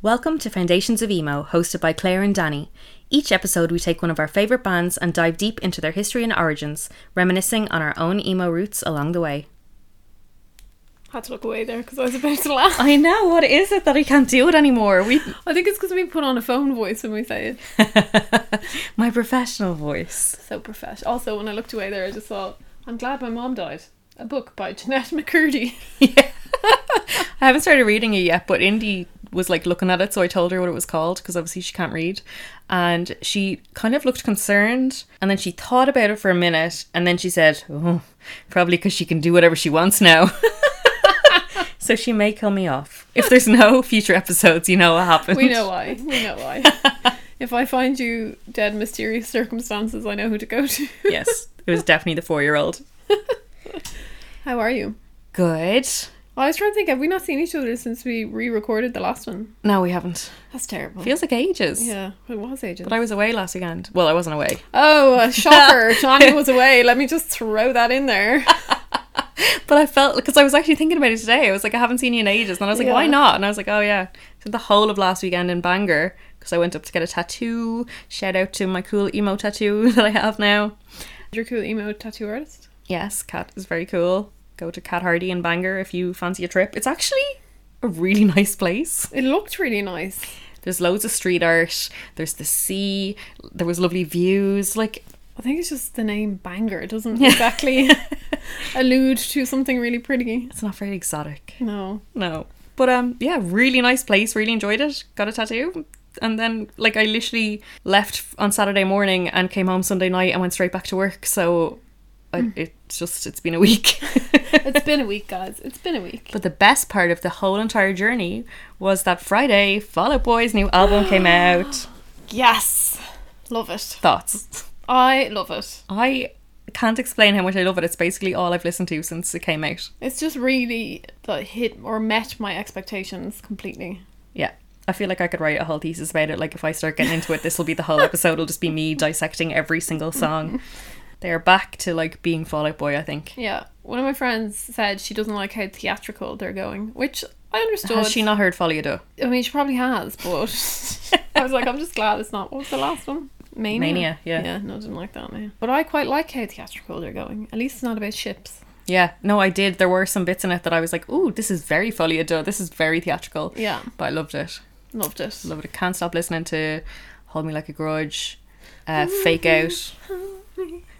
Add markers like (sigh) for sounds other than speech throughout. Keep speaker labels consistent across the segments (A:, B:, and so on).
A: Welcome to Foundations of Emo, hosted by Claire and Danny. Each episode, we take one of our favourite bands and dive deep into their history and origins, reminiscing on our own emo roots along the way.
B: Had to look away there because I was about to laugh.
A: I know, what is it that I can't do it anymore? We, (laughs)
B: I think it's because we put on a phone voice when we say it.
A: My professional voice.
B: So professional. Also, when I looked away there, I just thought, I'm glad my mom died. A book by (laughs) Jeanette McCurdy.
A: I haven't started reading it yet, but Indy was like looking at it, so I told her what it was called because obviously she can't read. And she kind of looked concerned, and then she thought about it for a minute, and then she said, "Oh, probably because she can do whatever she wants now." (laughs) so she may kill me off if there's no future episodes. You know what happened.
B: We know why. We know (laughs) why. if I find you dead in mysterious circumstances, I know who to go to. (laughs)
A: yes, it was definitely the four-year-old.
B: How are you?
A: Good.
B: I was trying to think, have we not seen each other since we re recorded the last one?
A: No, we haven't.
B: That's terrible.
A: Feels like ages.
B: yeah, it was ages.
A: But I was away last weekend. Well, I wasn't away,
B: oh, (laughs) a shocker. Johnny was away. Let me just throw that in (laughs) there.
A: but I felt because I was actually thinking about it today. I was like, I haven't seen you in ages, and I was like,
B: Yeah.
A: why not? And I was like, oh yeah, so the whole of last weekend in Bangor because I went up to get a tattoo. Shout out to my cool emo tattoo (laughs) that I have now.
B: Your cool emo tattoo artist?
A: Yes, Cat is very cool. Go to Cat Hardy in Bangor if you fancy a trip. It's actually a really (laughs) nice place.
B: It looked really nice.
A: There's loads of street art. There's the sea. There was lovely views. Like
B: I think it's just the name Banger It (laughs) doesn't exactly allude to something really pretty.
A: it's not very exotic.
B: No.
A: No. But um yeah, really nice place, really enjoyed it. Got a tattoo. And then like I literally left on Saturday morning and came home Sunday night and went straight back to work. So I, it's just it's been a week. (laughs)
B: It's been a week, guys. It's been a week.
A: but the best part of the whole entire journey was that Friday Fall Out Boy's new album came out.
B: Yes. Love it.
A: Thoughts?
B: I love it.
A: I can't explain how much I love it. It's basically all I've listened to since it came out.
B: It's just really that hit or met my expectations completely.
A: Yeah. I feel like I could write a whole thesis about it. Like if I start getting into it, this will be the whole episode. It'll just be me dissecting every single song. They're back to like being Fall Out Boy, I think.
B: Yeah. One of my friends said she doesn't like how theatrical they're going, which I understood.
A: Has she not heard Follow You Do?
B: I mean, she probably has, but (laughs) I was like, I'm just glad it's not. What was the last one? Mania.
A: Mania, yeah.
B: Yeah, no, I didn't like that now. But I quite like how theatrical they're going. At least it's not about ships.
A: Yeah, no, I did. There were some bits in it that I was like, "Ooh, this is very Follow You Do. This is very theatrical."
B: Yeah,
A: But I loved it.
B: loved it.
A: Loved it. Can't stop listening to Hold Me Like a Grudge, uh, Fake Out.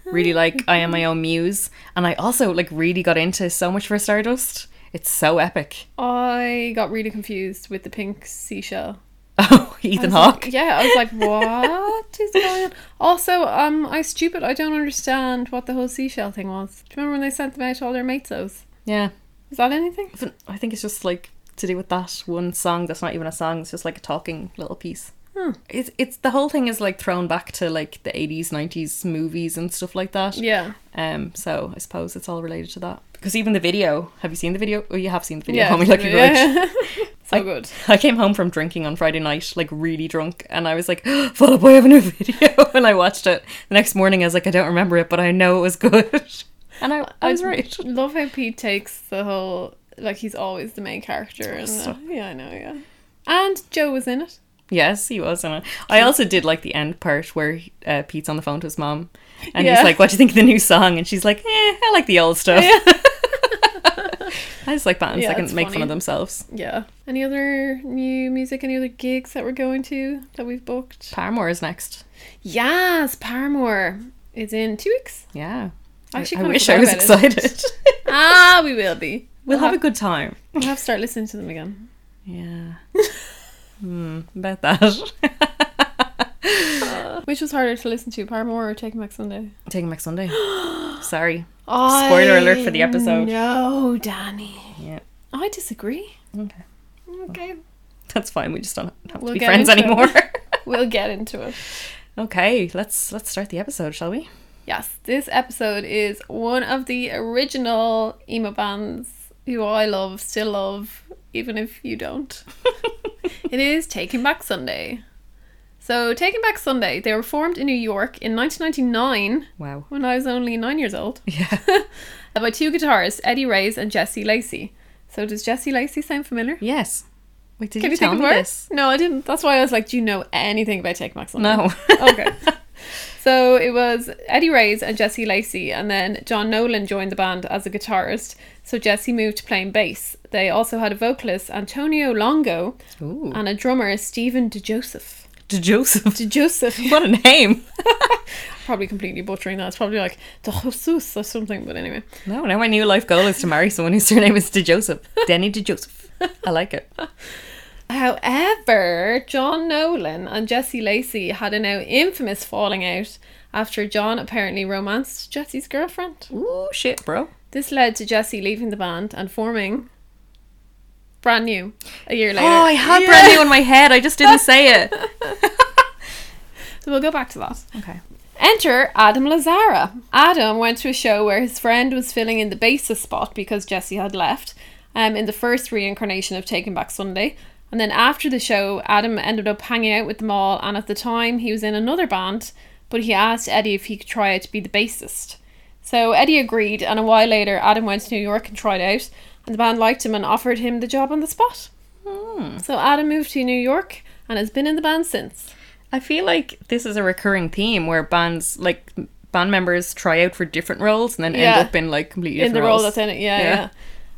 A: Really like I Am My Own Muse, and I also like really got into So Much for Stardust. It's so epic. (laughs)
B: I got really confused with the pink seashell.
A: Oh,
B: I
A: Ethan
B: was like-
A: Hawke.
B: yeah, I
A: (laughs)
B: was like, what is going on? Also, um, I stupid. I don't understand what the whole seashell thing was. Do you remember when they sent them out to all their matesos?
A: Yeah.
B: Is that anything?
A: But I think it's just like to do with that one song that's not even a song, it's just like a talking little piece.
B: Hmm.
A: It's it's the whole thing is like thrown back to like the eighties, nineties movies and stuff like that.
B: Yeah,
A: Um so I suppose it's all related to that. Because even the video have you seen the video? Oh you have seen the video,
B: yeah.
A: Homie Like (laughs) a Grudge.
B: yeah. (laughs) so
A: I-
B: good.
A: I came home from drinking on Friday night, like really drunk, and I was like, (gasps) Fall Out Boy have a new (laughs) video and I watched it. The next morning I was like, I don't remember it, but I know it was good. (laughs) And I, I was right.
B: Love how Pete takes the whole like he's always the main character. And uh,
A: Stop.
B: yeah, I know. Yeah, and Joe was in it.
A: Yes, he was. And I- I also did like the end part where uh, Pete's on the phone to his mom, and
B: Yeah.
A: he's like, "What do you think of the new song?" And she's like, "Eh, I like the old stuff." (laughs) I just like bands
B: Yeah,
A: that
B: it's
A: can make fun
B: funny.
A: of themselves.
B: Yeah. Any other new music? Any other gigs that we're going to that we've booked?
A: Paramore is next.
B: Yes, Paramore is in two weeks.
A: Yeah, I-
B: Actually,
A: I,
B: kinda
A: wish
B: forgot
A: I was
B: about it.
A: excited.
B: (laughs) Ah, we will be.
A: we'll have a good
B: (laughs)
A: time.
B: We'll have to start listening to them again.
A: Yeah. Hmm, about that. Uh,
B: Which was harder to listen to, Paramore or Taking Back Sunday?
A: (laughs) Taking back
B: (gasps)
A: Sunday. Sorry.
B: Oh,
A: Spoiler alert for the episode.
B: No, Danny. Oh,
A: Yeah.
B: I disagree.
A: Okay.
B: Okay.
A: That's fine. We just don't have to
B: We'll
A: be
B: get
A: friends
B: into it.
A: anymore.
B: (laughs)
A: (laughs)
B: We'll get into it.
A: okay. Let's let's start the episode, shall we?
B: Yes, this episode is one of the original emo bands who I love, still love, even if you don't. it is Taking Back Sunday. So, Taking Back Sunday, they were formed in New York in 1999
A: (laughs) Wow.
B: when I was only nine years old
A: Yeah.
B: by two guitarists, Eddie Reyes and Jesse Lacey. So, does Jesse Lacey sound familiar?
A: Yes. Wait, did
B: Can
A: you
B: you
A: tell
B: think
A: me
B: of words?
A: this?
B: No, I didn't. That's why I was like, do you know anything about Take Max Sunday?
A: (laughs) No.
B: okay. So it was Eddie Reyes and Jesse Lacey, and then John Nolan joined the band as a guitarist. So Jesse moved to playing bass. They also had a vocalist, Antonio Longo,
A: Ooh.
B: and a drummer, Stephen DeJoseph.
A: Um, To Joseph.
B: DeJoseph.
A: What a name.
B: (laughs) Probably completely butchering that. It's probably like DeJoseph or something, but anyway.
A: (laughs) No, now my new life goal is to marry someone whose surname is De Joseph. Denny De Joseph. I like it.
B: However, John Nolan and Jesse Lacey had a now infamous falling out after John apparently romanced Jesse's girlfriend.
A: Ooh, shit, bro.
B: This led to Jesse leaving the band and forming Brand New a year later.
A: Oh, I had
B: Yeah.
A: brand new in my head. I just (laughs) didn't say it.
B: So we'll go back to that.
A: Okay.
B: Enter Adam Lazara. Adam went to a show where his friend was filling in the bassist spot because Jesse had left um, in the first reincarnation of Taking Back Sunday. And then after the show, Adam ended up hanging out with them all. And at the time, he was in another band, but he asked Eddie if he could try out to be the bassist. So Eddie agreed, and a while later, Adam went to New York and tried out. And the band liked him and offered him the job on the spot. So Adam moved to New York and has been in the band since.
A: I feel like this is a recurring theme where bands, like, m- band members try out for different roles and then
B: Yeah.
A: end up in, like, completely
B: in
A: different
B: the role
A: roles.
B: that's in it. Yeah,
A: Yeah.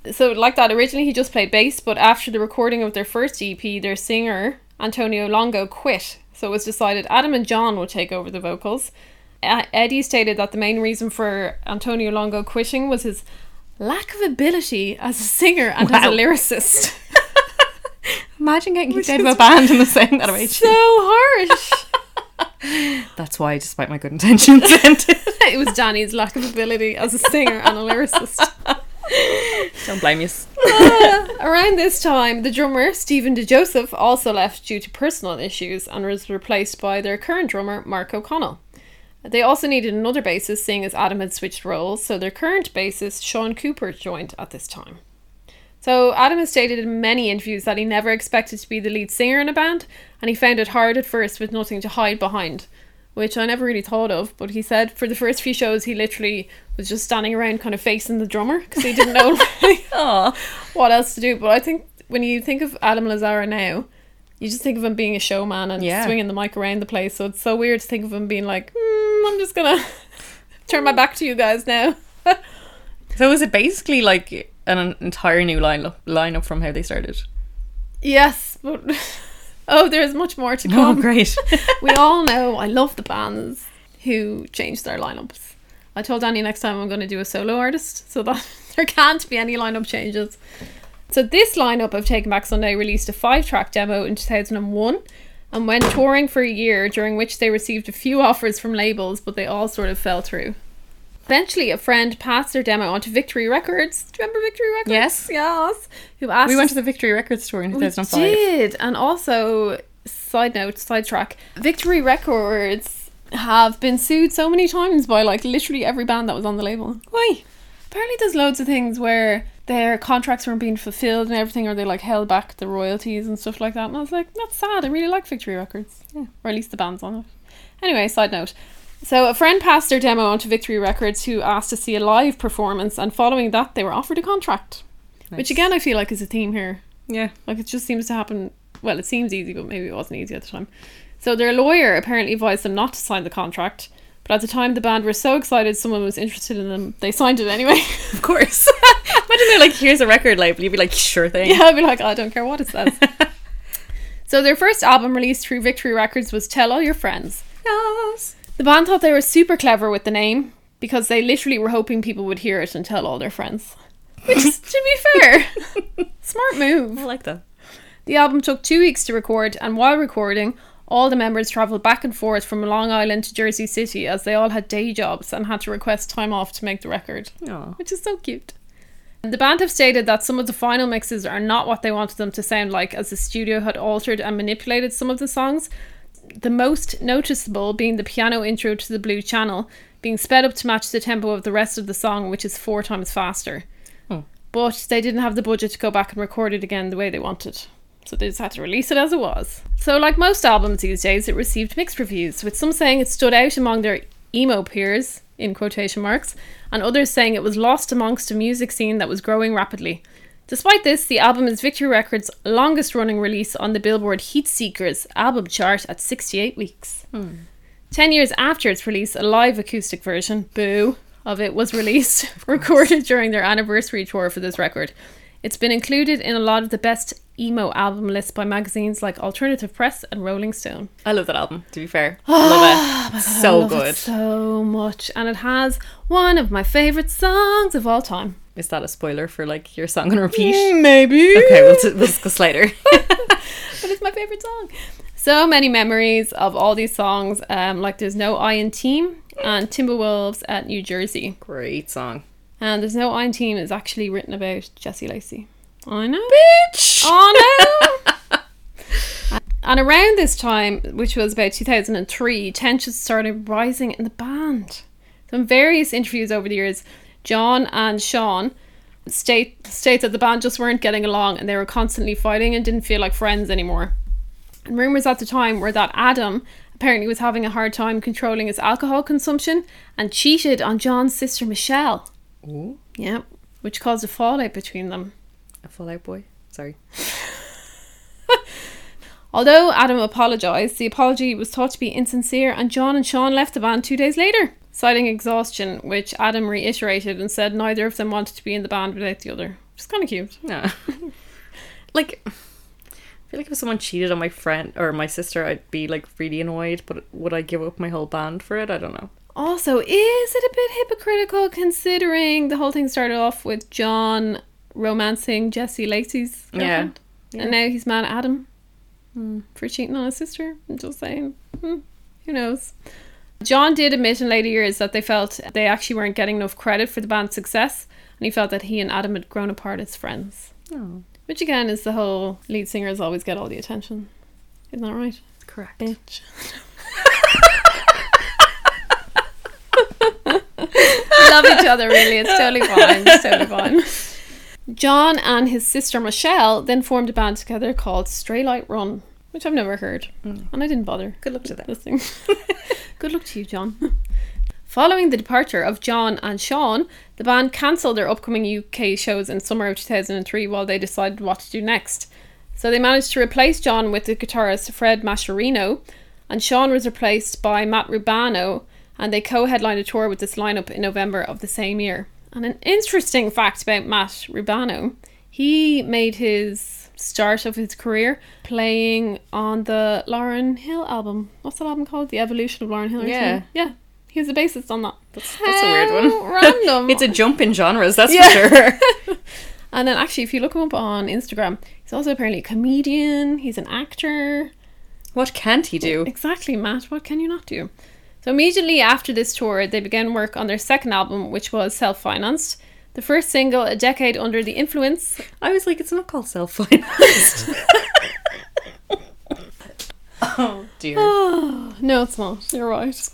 B: yeah, So like that, originally he just played bass, but after the recording of their first EP, their singer Antonio Longo quit, so it was decided Adam and John would take over the vocals. A- Eddie stated that the main reason for Antonio Longo quitting was his lack of ability as a singer and as a
A: Wow.
B: lyricist.
A: (laughs) Imagine getting (laughs) kicked out of
B: is-
A: a band and the same that age.
B: so harsh. (laughs)
A: That's why, despite my good intentions, (laughs) ended.
B: it was Danny's lack of ability as a singer and a lyricist.
A: Don't blame you.
B: Around this time, the drummer Stephen DeJoseph also left due to personal issues and was replaced by their current drummer Mark O'Connell. They also needed another bassist, seeing as Adam had switched roles, so their current bassist Sean Cooper joined at this time. So Adam has stated in many interviews that he never expected to be the lead singer in a band, and he found it hard at first with nothing to hide behind, which I never really thought of. But he said for the first few shows, he literally was just standing around, kind of facing the drummer because he didn't know.
A: Aww.
B: what else to do. But I think when you think of Adam Lazara now, you just think of him being a showman and
A: Yeah.
B: swinging the mic around the place. So it's so weird to think of him being like, mm, I'm just gonna (laughs) turn my back to you guys now.
A: So was it basically like an entire new lineup lineup from how they started?
B: yes, but (laughs) oh, there's much more to
A: (laughs) Oh,
B: come.
A: great!
B: we all know I love the bands who change their lineups. I told Danny next time I'm going to do a solo artist so that (laughs) there can't be any lineup changes. So this lineup of Taking Back Sunday released a five-track demo in 2001 and went touring for a year during which they received a few offers from labels but they all sort of fell through. Eventually a friend passed their demo on to Victory Records. Do you remember Victory Records?
A: Yes.
B: Yes. Who asked
A: we
B: us-
A: went to the Victory Records store in 2005.
B: we did, and also side note, sidetrack. Victory Records have been sued so many times by like literally every band that was on the label.
A: Why?
B: Apparently, there's loads of things where their contracts weren't being fulfilled and everything, or they like held back the royalties and stuff like that. And I was like, that's sad. I really like Victory Records, or at least the bands on it. Anyway, side note. So a friend passed their demo on to Victory Records, who asked to see a live performance, and following that, they were offered a contract, which
A: Nice.
B: again I feel like is a theme here.
A: Yeah.
B: Like it just seems to happen. Well, it seems easy, but maybe it wasn't easy at the time. So their lawyer apparently advised them not to sign the contract. But at the time, the band were so excited someone was interested in them, they signed it anyway. (laughs)
A: Of course. (laughs) Imagine they're like, here's a record label. You'd be like, sure thing.
B: yeah, I'd be like, I don't care what
A: (laughs)
B: it says. so their first album released through Victory Records was Tell All Your Friends.
A: Yes.
B: The band thought they were super clever with the name because they literally were hoping people would hear it and tell all their friends. Which, is, to be fair,
A: (laughs)
B: smart move.
A: I like that.
B: The album took two weeks to record, and while recording, all the members travelled back and forth from Long Island to Jersey City as they all had day jobs and had to request time off to make the record,
A: Aw.
B: which is so cute. The band have stated that some of the final mixes are not what they wanted them to sound like, as the studio had altered and manipulated some of the songs. The most noticeable being the piano intro to the Blue Channel, being sped up to match the tempo of the rest of the song, which is four times faster. But they didn't have the budget to go back and record it again the way they wanted. So they just had to release it as it was. So, like most albums these days, it received mixed reviews, with some saying it stood out among their emo peers, in quotation marks, and others saying it was lost amongst a music scene that was growing rapidly. Despite this, the album is Victory Records' longest running release on the Billboard Heatseekers album chart at 68 weeks. Ten years after its release, a live acoustic version, Boo, of it was released, (laughs) recorded during their anniversary tour for this record. It's been included in a lot of the best emo album lists by magazines like Alternative Press and Rolling Stone.
A: I love that album, to be fair. love it.
B: Ah, I
A: so
B: love it
A: Oh, good.
B: so much. And it has one of my favourite songs of all time. Mm,
A: Is that a spoiler for like your song on repeat?
B: Maybe.
A: Okay, we'll, t- we'll discuss later.
B: (laughs)
A: (laughs)
B: but it's my favorite song. So many memories of all these songs. Um, like there's no I in team and Timberwolves at New Jersey,
A: Great song.
B: and there's no I in team is actually written about Jesse Lacey. I know.
A: Bitch!
B: Oh no. And around this time, which was about 2003, tensions started rising in the band. So in various interviews over the years, John and Sean state states that the band just weren't getting along and they were constantly fighting and didn't feel like friends anymore. And rumors at the time were that Adam apparently was having a hard time controlling his alcohol consumption and cheated on John's sister Michelle.
A: Ooh,
B: Yep, which caused a fallout between them.
A: a Fallout Boy. Sorry.
B: Although Adam apologised, the apology was thought to be insincere, and John and Sean left the band two days later, citing exhaustion, which Adam reiterated and said neither of them wanted to be in the band without the other. Which is kind of cute.
A: No. (laughs) like, I feel like if someone cheated on my friend or my sister, I'd be like really annoyed, but would I give up my whole band for it? I don't know.
B: Also, is it a bit hypocritical considering the whole thing started off with John romancing Jesse Lacey's
A: Yeah. Hmm.
B: girlfriend, and now he's mad at Adam for cheating on his sister? I'm just saying, Hmm, who knows? John did admit in later years that they felt they actually weren't getting enough credit for the band's success, and he felt that he and Adam had grown apart as friends.
A: No.
B: Which again is the whole lead singers always get all the attention. Isn't that right?
A: Correct.
B: Bitch. we love each other, really. It's totally fine. It's totally fine. John and his sister Michelle then formed a band together called Stray Light Run, which I've never heard, and I didn't bother
A: Hmm. Good luck to them.
B: listening. (laughs) Good luck to you, John. Following the departure of John and Sean, the band cancelled their upcoming UK shows in summer of 2003 while they decided what to do next. So they managed to replace John with the guitarist Fred Mascherino, and Sean was replaced by Matt Rubano, and they co headlined a tour with this lineup in November of the same year. And an interesting fact about Matt Rubano he made his start of his career playing on the Lauren Hill album. What's that album called? The Evolution of Lauren Hill. or
A: Yeah.
B: something? Yeah. He was the bassist on that.
A: That's, that's a weird one.
B: (laughs) How Random.
A: It's a jump in genres, that's
B: Yeah.
A: for
B: (laughs)
A: sure. (laughs)
B: and then actually, if you look him up on Instagram, he's also apparently a comedian. He's an actor.
A: What can't he do?
B: Exactly, Matt. What can you not do? So immediately after this tour, they began work on their second album, which was self-financed. The first single, "A Decade Under the Influence,"
A: I was like, it's not called self
B: (laughs)
A: financed. oh (laughs) dear.
B: Oh, no, it's not. You're right.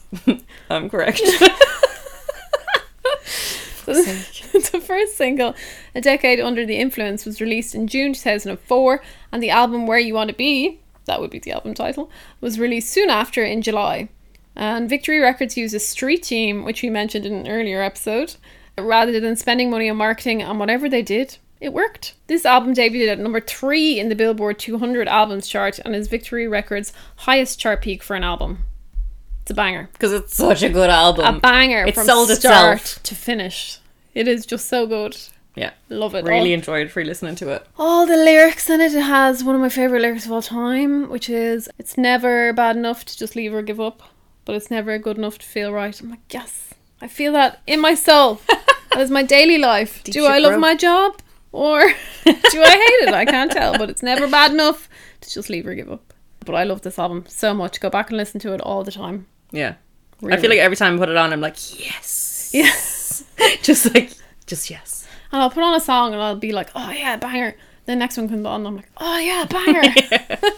A: I'm correct. (laughs)
B: the (laughs) first single, A Decade Under the Influence, was released in June 2004, and the album Where You Want to Be, that would be the album title, was released soon after in July. And Victory Records used a street team, which we mentioned in an earlier episode, rather than spending money on marketing and whatever they did. It worked. This album debuted at number three in the Billboard 200 albums chart and is Victory Records' highest chart peak for an album. It's a banger
A: Because it's such a good album.
B: a banger
A: Um, it
B: from
A: sold
B: start
A: itself.
B: to finish. It is just so good.
A: yeah.
B: Love it.
A: Really
B: All,
A: enjoyed free listening to it.
B: all the lyrics in it. It has one of my favorite lyrics of all time, which is "It's never bad enough to just leave or give up, but it's never good enough to feel right." I'm like, yes, I feel that in my soul.
A: (laughs)
B: that is my daily life. do
A: shit,
B: I love
A: bro.
B: my job
A: (laughs)
B: or do I hate it? I can't tell, but it's never bad enough to just leave or give up. But I love this album so much. Go back and listen to it all the time.
A: Yeah. I
B: Really.
A: feel like every time I put it on, I'm like, yes.
B: (laughs) Yes.
A: (laughs) just like, just yes.
B: And I'll put on a song and I'll be like, oh yeah, banger. The next one comes on and I'm like, oh yeah, banger. (laughs)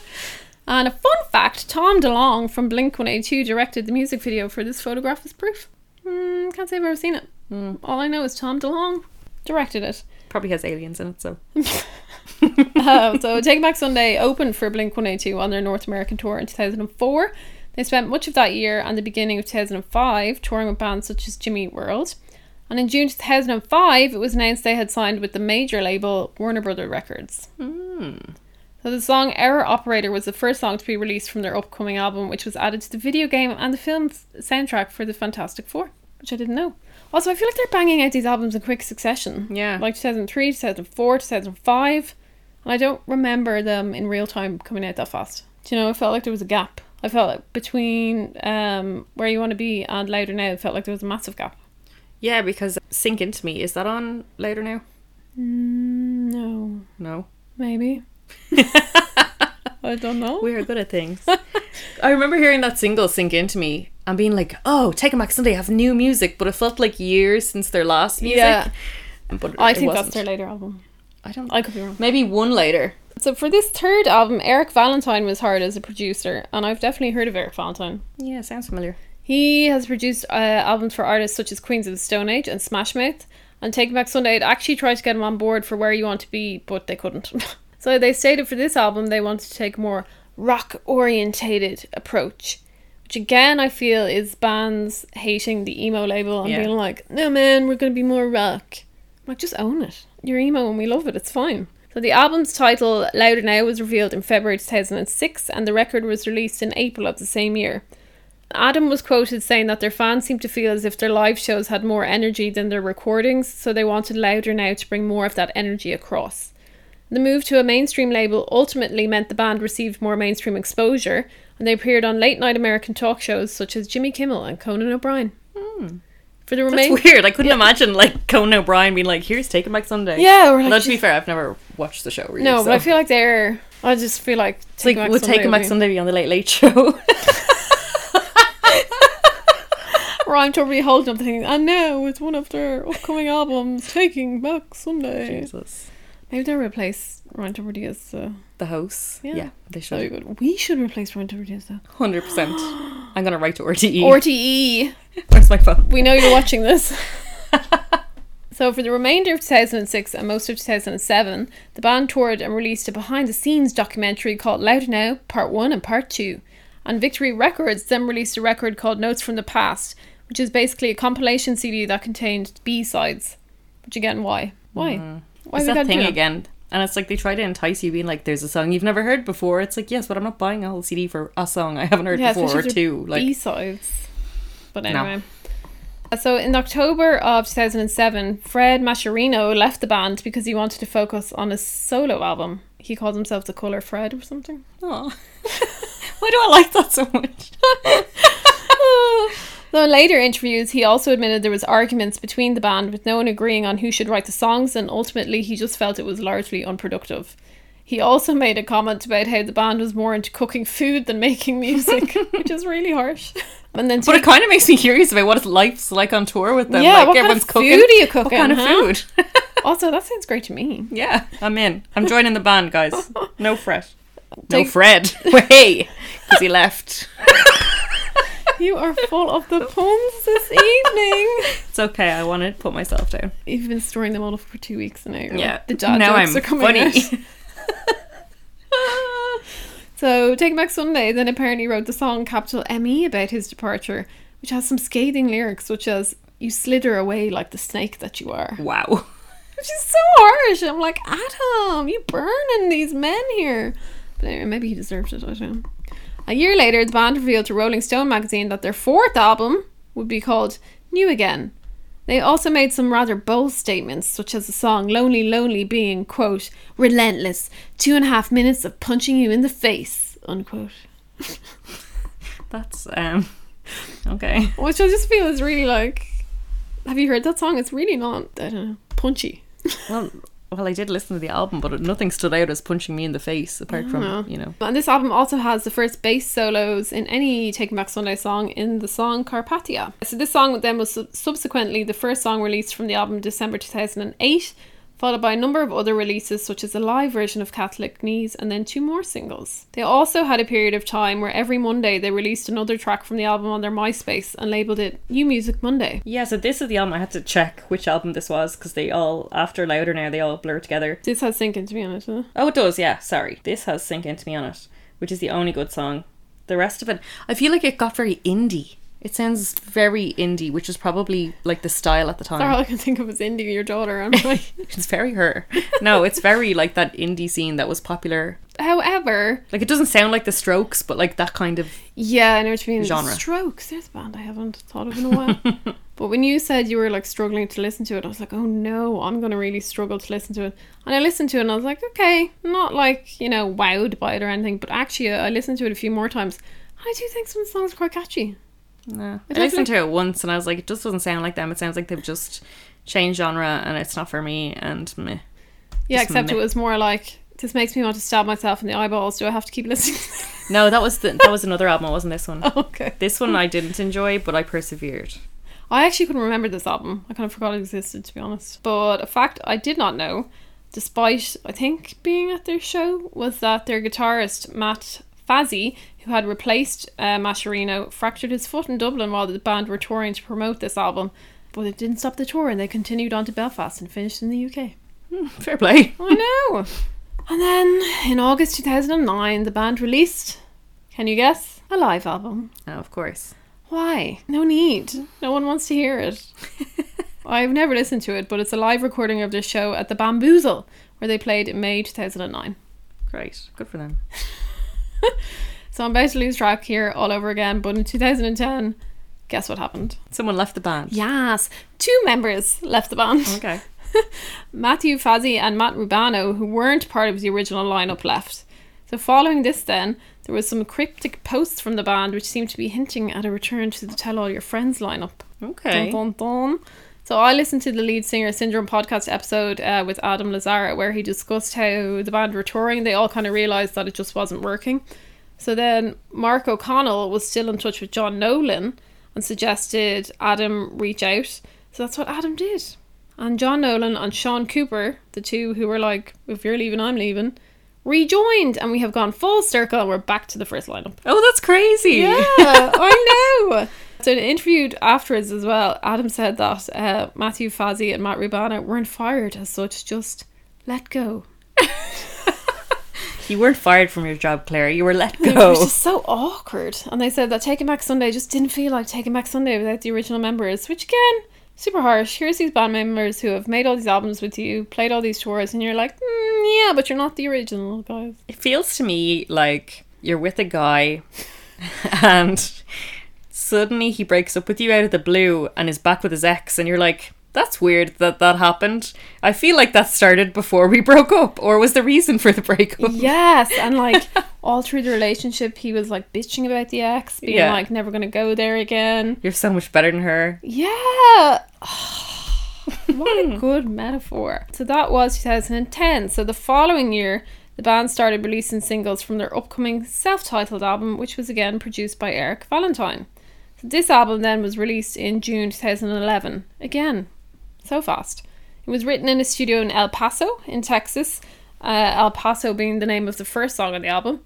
B: and a fun fact Tom DeLong from Blink 182 directed the music video for this photograph as proof. Mm, can't say I've ever seen it. Hmm, All I know is Tom DeLong directed it.
A: Probably has aliens in it, so.
B: Um, so Take Back Sunday opened for Blink 182 on their North American tour in 2004. They spent much of that year and the beginning of 2005 touring with bands such as Jimmy Eat World. And in June 2005, it was announced they had signed with the major label Warner Brother Records. So the song Error Operator was the first song to be released from their upcoming album, which was added to the video game and the film's soundtrack for the Fantastic Four, which I didn't know. Also, I feel like they're banging out these albums in quick succession.
A: Yeah.
B: Like 2003, 2004, 2005. And I don't remember them in real time coming out that fast. Do you know, I felt like there was a gap. I felt like between um, Where You Want to Be and Louder Now, it felt like there was a massive gap.
A: Yeah, because Sink Into Me, is that on later now?
B: No,
A: Mm, No.
B: maybe. I don't know.
A: (laughs) We are good at things. I remember hearing that single sink into me and being like, oh, Take 'Em Back Sunday have new music, but it felt like years since their last music.
B: Yeah.
A: But
B: (laughs) I
A: it
B: think
A: wasn't.
B: that's their later album.
A: I don't
B: I could be wrong.
A: Maybe one later.
B: So for this third album, Eric Valentine was hired as a producer, and I've definitely heard of Eric Valentine.
A: Yeah, sounds familiar.
B: He has produced uh, albums for artists such as Queens of the Stone Age and Smash Mouth. And Taking Back Sunday had actually tried to get him on board for Where You Want to Be, but they couldn't. (laughs) so they stated for this album they wanted to take a more rock orientated approach, which again I feel is bands hating the emo label and
A: Yeah.
B: being like, no man, we're going to be more rock. I'm like, just own it. You're emo and we love it. It's fine. So the album's title, Louder Now, was revealed in February 2006 and the record was released in April of the same year. Adam was quoted saying that their fans seemed to feel as if their live shows had more energy than their recordings, so they wanted Louder Now to bring more of that energy across. The move to a mainstream label ultimately meant the band received more mainstream exposure, and they appeared on late night American talk shows such as Jimmy Kimmel and Conan O'Brien. For the
A: Hmm. That's
B: remainder,
A: weird. I couldn't imagine like Conan O'Brien being like, here's Take 'Em Back Sunday.
B: yeah, or like,
A: Now, to be fair, I've never watched the show really.
B: no,
A: so.
B: but I feel like they're. I just feel like
A: It's like, we'll Take 'Em Back
B: Sunday
A: Sunday be on the Late Late
B: (laughs)
A: Show.
B: would be- Or I'm totally holding up the thing. And now it's one of their upcoming albums, Taking Back Sunday.
A: Jesus.
B: Maybe they'll replace Ryan Tuberty as uh,
A: The hosts.
B: Yeah.
A: Yeah. they
B: so
A: should.
B: good. We should replace Ryan Tuberty as that.
A: 100%. (gasps) I'm going to write to RTE.
B: RTE,
A: (laughs) Where's my phone?
B: E! we know you're watching this. (laughs) so for the remainder of 2006 and most of 2007, the band toured and released a behind-the-scenes documentary called Loud Now Part One and Part Two. And Victory Records then released a record called Notes from the Past, which is basically a compilation CD that contained B-sides. Which again, why? Why? Why
A: Mm. It's
B: would
A: that
B: do
A: thing again. And it's like they try to entice you, being like, "There's a song you've never heard before." It's like, yes, but I'm not buying a whole CD for a song I haven't heard before or
B: especially if they're
A: two. Like,
B: B-sides. But
A: No.
B: anyway. Uh, So in October of 2007, Fred Mascherino left the band because he wanted to focus on his solo album. He called himself The Colour Fred
A: (laughs)
B: or something.
A: (laughs) aw. why do I like that so
B: (laughs)
A: much?
B: Though in later interviews, he also admitted there was arguments between the band with no one agreeing on who should write the songs and ultimately he just felt it was largely unproductive. He also made a comment about how the band was more into cooking food than
A: (laughs)
B: making music, which is really harsh. And then
A: But it kind of makes me curious about what life's like on tour with them.
B: Yeah,
A: like
B: what kind of
A: everyone's cooking.
B: food are you
A: What
B: cooking,
A: kind
B: huh?
A: of food? (laughs)
B: Also, that sounds great to me.
A: yeah, I'm in. I'm joining the band, guys. No Fred. No
B: Take-
A: Fred. (laughs) Hey, because he left.
B: You are full of the
A: (laughs)
B: puns this evening.
A: It's okay. I want to put myself down.
B: You've been storing them all up for two weeks now.
A: Yeah.
B: the dad
A: now
B: jokes
A: I'm
B: are coming out.
A: funny.
B: (laughs) So, Take Back Sunday then apparently wrote the song Capital ME about his departure, which has some scathing lyrics such as "You slither away like the snake that you are,"
A: (laughs) wow.
B: which is so harsh. I'm like, Adam, you burning these men here. But anyway, maybe he deserved it. I don't know. A year later, the band revealed to Rolling Stone magazine that their fourth album would be called New Again. They also made some rather bold statements, such as the song Lonely Lonely being, quote, relentless, two and a half minutes of punching you in the face, unquote.
A: That's um. Okay.
B: Which I just feel is really like, have you heard that song? It's really not, I don't know, punchy.
A: Well, well, I did listen to the album, but nothing stood out as punching me in the face, apart from
B: Yeah.
A: you know.
B: And this album also has the first bass solos in any Taking Back Sunday song in the song Carpathia. So this song then was sub- subsequently the first song released from the album December 2008, followed by a number of other releases such as a live version of Catholic Knees and then two more singles. They also had a period of time where every Monday they released another track from the album on their MySpace and labeled it New Music Monday.
A: Yeah, so this is the album I had to check which album this was because they all after louder now they all blur together.
B: This has Sink Into Me on it, huh?
A: Oh, it does. Yeah, sorry. This has "Sink Into Me" on it, which is the only good song. The rest of it, I feel like it got very indie. It sounds very indie, which is probably like the style at the time.
B: All I can think of is Indy, your daughter. I'm like, (laughs)
A: It's very her. No, it's very like that indie scene that was popular.
B: however,
A: Like it doesn't sound like the Strokes, but like that kind of
B: yeah, I know what you mean.
A: Genre.
B: Strokes. There's a band I haven't thought of in a while.
A: (laughs)
B: but when you said you were like struggling to listen to it, I was like, oh no, I'm gonna really struggle to listen to it. And I listened to it, and I was like, okay, not like you know wowed by it or anything, but actually, uh, I listened to it a few more times. And I do think some of the songs are quite catchy.
A: Nah. I
B: It
A: listened to it once and I was like, it just doesn't sound like them. It sounds like they've just changed genre and it's not for me and meh.
B: Yeah,
A: Just
B: except
A: mi-
B: it was more like this makes me want to stab myself in the eyeballs. Do I have to keep listening?
A: No, that was the, that was another album, it wasn't this one.
B: (laughs) okay.
A: This one I didn't enjoy, but I persevered.
B: I actually couldn't remember this album. I kind of forgot it existed, to be honest. But a fact I did not know, despite I think being at their show, was that their guitarist Matt Fazzi, who had replaced uh, Mascherino, fractured his foot in Dublin while the band were touring to promote this album. But it didn't stop the tour, and they continued on to Belfast and finished in the UK.
A: (laughs) Fair play.
B: I know. And then in August 2009, the band released, can you guess? A live album.
A: Oh, of course.
B: Why? No need. No one wants to hear it. I've never listened to it, but it's a live recording of their show at the Bamboozle, where they played in May 2009.
A: Great. Good for them.
B: So I'm about to lose track here all over again, but in 2010, guess what happened?
A: Someone left the band.
B: Yes, two members left the band.
A: Okay.
B: Matthew Fazzi and Matt Rubano, who weren't part of the original lineup, left. So, following this, then there was some cryptic posts from the band which seemed to be hinting at a return to the "Tell All Your Friends" lineup.
A: Okay.
B: Dun, dun, dun. So, I listened to the lead singer syndrome podcast episode uh, with Adam Lazara, where he discussed how the band were touring. They all kind of realized that it just wasn't working. So then Mark O'Connell was still in touch with John Nolan and suggested Adam reach out. So that's what Adam did. And John Nolan and Sean Cooper, the two who were like, if you're leaving, I'm leaving, rejoined. And we have gone full circle and we're back to the first lineup.
A: Oh, that's crazy.
B: (laughs) Yeah, I know. So in interviewed afterwards as well, Adam said that uh, Matthew Fazzi and Matt Rubana weren't fired as such, just let go.
A: You weren't fired from your job, Claire. You were let
B: (laughs) It was
A: go.
B: just so awkward. And they said that Taking Back Sunday just didn't feel like Taking Back Sunday without the original members, which again, super harsh. Here's these band members who have made all these albums with you, played all these tours, and you're like, mm, yeah, but you're not the original guys.
A: It feels to me like you're with a guy (laughs) and suddenly he breaks up with you out of the blue and is back with his ex, and you're like, that's weird that that happened. I feel like that started before we broke up, or was the reason for the breakup.
B: Yes, and like all through the relationship, he was like bitching about the ex, being
A: Yeah.
B: like, never gonna go there again.
A: You're so much better than her.
B: Yeah. (sighs) what a good metaphor. So that was 2010. So the following year, the band started releasing singles from their upcoming self titled album, which was again produced by Eric Valentine. So this album then was released in June 2011. Again, so fast. It was written in a studio in El Paso, in Texas, uh, El Paso being the name of the first song on the album.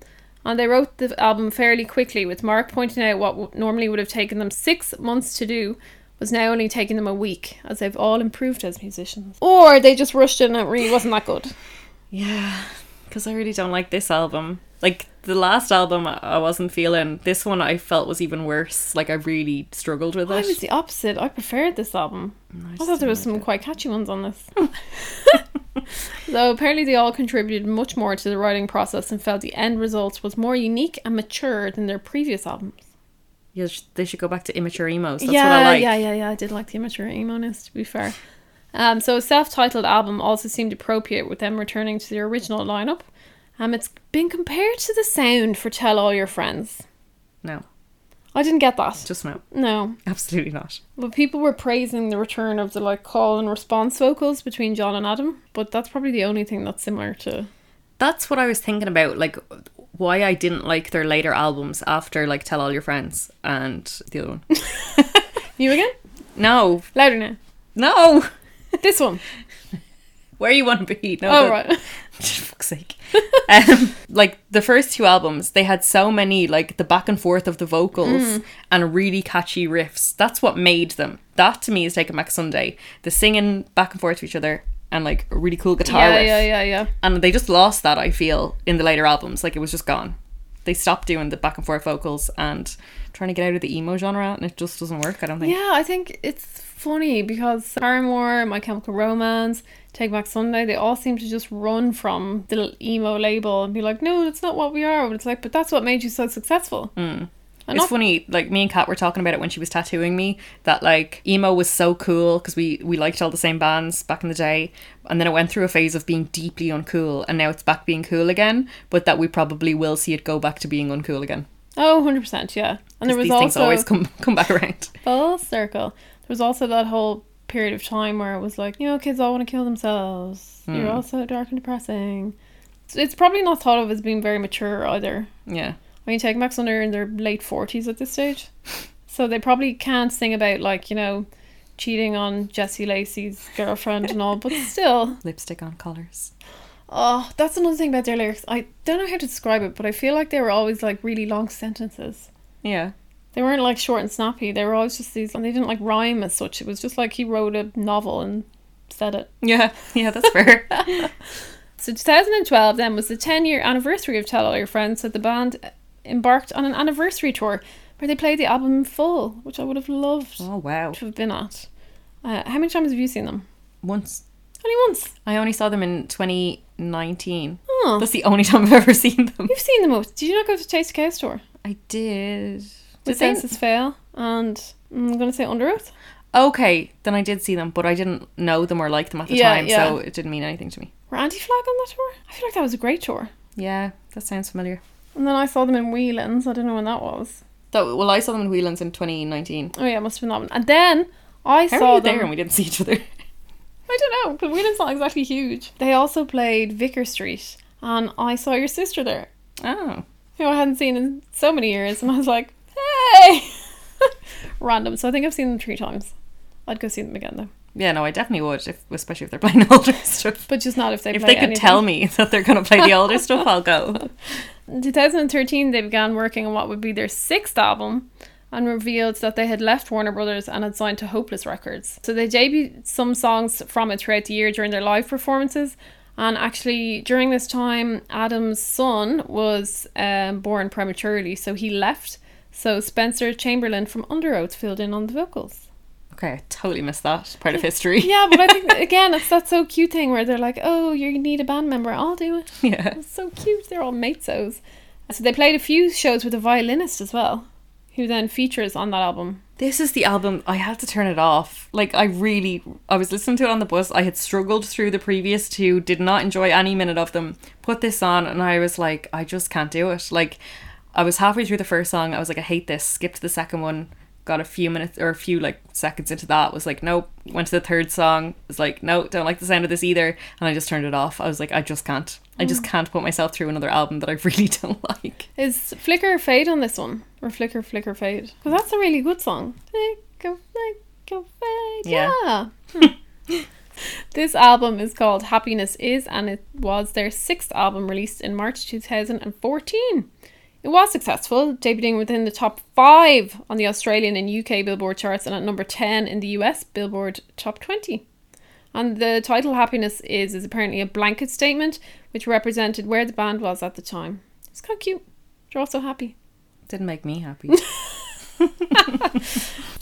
B: And they wrote the album fairly quickly, with Mark pointing out what w- normally would have taken them six months to do was now only taking them a week, as they've all improved as musicians. Or they just rushed in and it really wasn't that good.
A: Yeah, because I really don't like this album. Like the last album, I- I wasn't feeling. This one, I felt was even worse. Like I really struggled with
B: I
A: it.
B: was the opposite. I preferred this album.
A: I
B: I
A: just
B: thought there
A: didn't
B: was
A: like
B: some
A: it.
B: quite catchy ones on (laughs) this. Though apparently they all contributed much more to the writing process and felt the end result was more unique and mature than their previous albums.
A: Yeah, sh- they should go back to immature emos. That's
B: yeah,
A: what I like.
B: yeah, yeah, yeah. I did like the immature emo-ness, to be fair. Um, so a self-titled album also seemed appropriate with them returning to their original lineup. Um, it's been compared to the sound for "Tell All Your Friends."
A: No,
B: I didn't get that.
A: just no. (laughs)
B: No,
A: Absolutely not.
B: but people were praising the return of the like call and response vocals between John and Adam. But that's probably the only thing that's similar to.
A: That's what I was thinking about. Like why I didn't like their later albums after like Tell All Your Friends and the
B: (laughs)
A: other one.
B: You again?
A: No,
B: Louder now.
A: no. (laughs)
B: This one.
A: Where you want to be? No,
B: Oh
A: the-
B: right.
A: (laughs) fuck's sake. um, like the first two albums, they had so many like the back and forth of the vocals
B: Mm.
A: and really catchy riffs. That's what made them. That to me is Taking Back Sunday. The singing back and forth to each other and like a really cool guitar
B: Yeah,
A: riff.
B: yeah, yeah, yeah.
A: And they just lost that. I feel in the later albums, like it was just gone. they stopped doing the back and forth vocals and trying to get out of the emo genre, and it just doesn't work. I don't think.
B: Yeah, I think it's funny because Paramore, My Chemical Romance, Take Back Sunday, they all seem to just run from the l- emo label and be like, no, that's not what we are. But it's like, but that's what made you so successful.
A: Mm.
B: And
A: it's
B: not-
A: funny, like me and Kat were talking about it when she was tattooing me, that like emo was so cool because we, we liked all the same bands back in the day. And then it went through a phase of being deeply uncool and now it's back being cool again, but that we probably will see it go back to being uncool again.
B: Oh, 100%, yeah. And there
A: 'Cause
B: was
A: These
B: also.
A: things always come, (laughs) come back around.
B: Full circle. There was also that whole period of time where it was like, you know, kids all want to kill themselves. You're all so dark and depressing. It's, it's probably not thought of as being very mature either.
A: Yeah.
B: I mean, Take Max under in their late 40s at this stage. So they probably can't sing about, like, you know, cheating on Jesse Lacey's girlfriend and all, but still. (laughs)
A: Lipstick on collars.
B: Oh, that's another thing about their lyrics. I don't know how to describe it, but I feel like they were always like really long sentences
A: Yeah.
B: they weren't like short and snappy. They were always just these, and they didn't like rhyme as such. It was just like he wrote a novel and said it.
A: Yeah. (laughs) Yeah, that's fair.
B: So 2012 then was the 10 year anniversary of Tell All Your Friends. So the band embarked on an anniversary tour where they played the album in full, which I would have loved
A: oh, wow.
B: to have been at. Uh, how many times have you seen them?
A: Once.
B: Only once.
A: I only saw them in 2019.
B: Oh,
A: That's the only (laughs) time I've ever seen them.
B: you've seen them most. Did you not go to Taste the Cow Store?
A: I did.
B: The
A: Did they-
B: Senses Fail and mm, I'm going to say Under Oath.
A: Okay, then I did see them, but I didn't know them or like them at the
B: Yeah,
A: time,
B: yeah.
A: so it didn't mean anything to me.
B: Were Anti Flag on that tour? I feel like that was a great tour.
A: Yeah, that sounds familiar.
B: And then I saw them in Whelan's. I don't know when that was.
A: So, well, I saw them in Whelan's in 2019.
B: Oh yeah, it must have been that one. And then I
A: How
B: saw
A: were you
B: them.
A: there and we didn't see each other? (laughs)
B: I don't know, because Whelan's not exactly huge. They also played Vicar Street, and I saw your sister there,
A: Oh,
B: who I hadn't seen in so many years, and I was like, hey, (laughs) random. So I think I've seen them three times. I'd go see them again though,
A: yeah, no, I definitely would, if, especially if they're playing (laughs) older stuff.
B: but just not if they.
A: If
B: play
A: they could
B: anything.
A: tell me (laughs) that they're going to play the
B: (laughs)
A: older stuff, I'll go.
B: In 2013, they began working on what would be their sixth album and revealed that they had left Warner Brothers and had signed to Hopeless Records. So they debuted some songs from it throughout the year during their live performances. And actually, during this time, Adam's son was um, born prematurely, so he left. So Spencer Chamberlain from Under Oath filled in on the vocals.
A: Okay, I totally missed that part of history.
B: Yeah, but I think again, it's that so cute thing where they're like, "Oh, you need a band member? I'll do it."
A: (laughs) yeah.
B: It's so cute. They're all matesos. So they played a few shows with a violinist as well, who then features on that album.
A: This is the album I had to turn it off. Like I really I was listening to it on the bus. I had struggled through the previous two, did not enjoy any minute of them. Put this on and I was like I just can't do it. Like I was halfway through the first song. I was like I hate this. Skipped the second one. Got a few minutes or a few like seconds into that was like nope. Went to the third song. Was like no, don't like the sound of this either. And I just turned it off. I was like I just can't. I just can't put myself through another album that I (laughs) really don't like.
B: Is Flicker or Fade on this one? Or Flicker, Flicker, Fade? Because that's a really good song. Flicker, Flicker, Fade. Yeah.
A: Yeah.
B: Hmm. this album is called Happiness Is, and it was their sixth album released in March 2014. It was successful, debuting within the top five on the Australian and UK Billboard charts and at number 10 in the US Billboard Top 20. And the title Happiness Is is apparently a blanket statement which represented where the band was at the time. It's kind of cute. They're also happy.
A: Didn't make me (laughs) happy.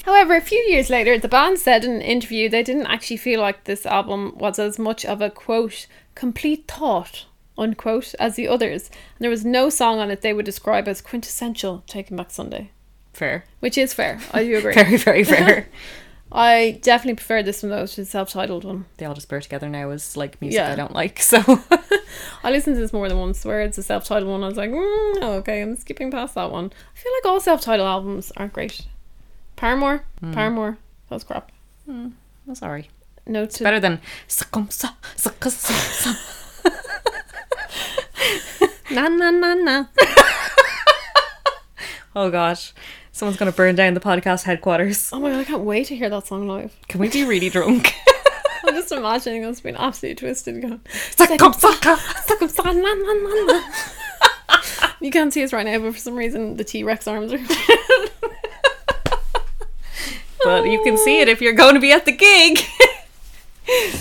B: However, a few years later, the band said in an interview they didn't actually feel like this album was as much of a quote, complete thought, unquote, as the others. And there was no song on it they would describe as quintessential Taking Back Sunday,
A: fair.
B: which is fair. I do agree.
A: Very very fair.
B: I definitely prefer this one though to the self titled one.
A: they all just blur together now as like music
B: Yeah.
A: I don't like. (laughs) So
B: I listened to this more than once where it's a self titled one. I was like, mm, okay, I'm skipping past that one. I feel like all self titled albums aren't great. Paramore, Paramore, that was crap.
A: I'm sorry.
B: No to
A: Better than Sukumsa, Sukumsa.
B: na na na na.
A: Oh gosh. Someone's gonna burn down the podcast headquarters.
B: Oh my god, I can't wait to hear that song live.
A: Can we be really drunk? (laughs)
B: I'm just imagining us being absolutely twisted and going,
A: Sukumsa.
B: "Suck 'em, son, na na na na. You can't see us right now, but for some reason the T Rex arms are.
A: But you can see it if you're going to be at the gig.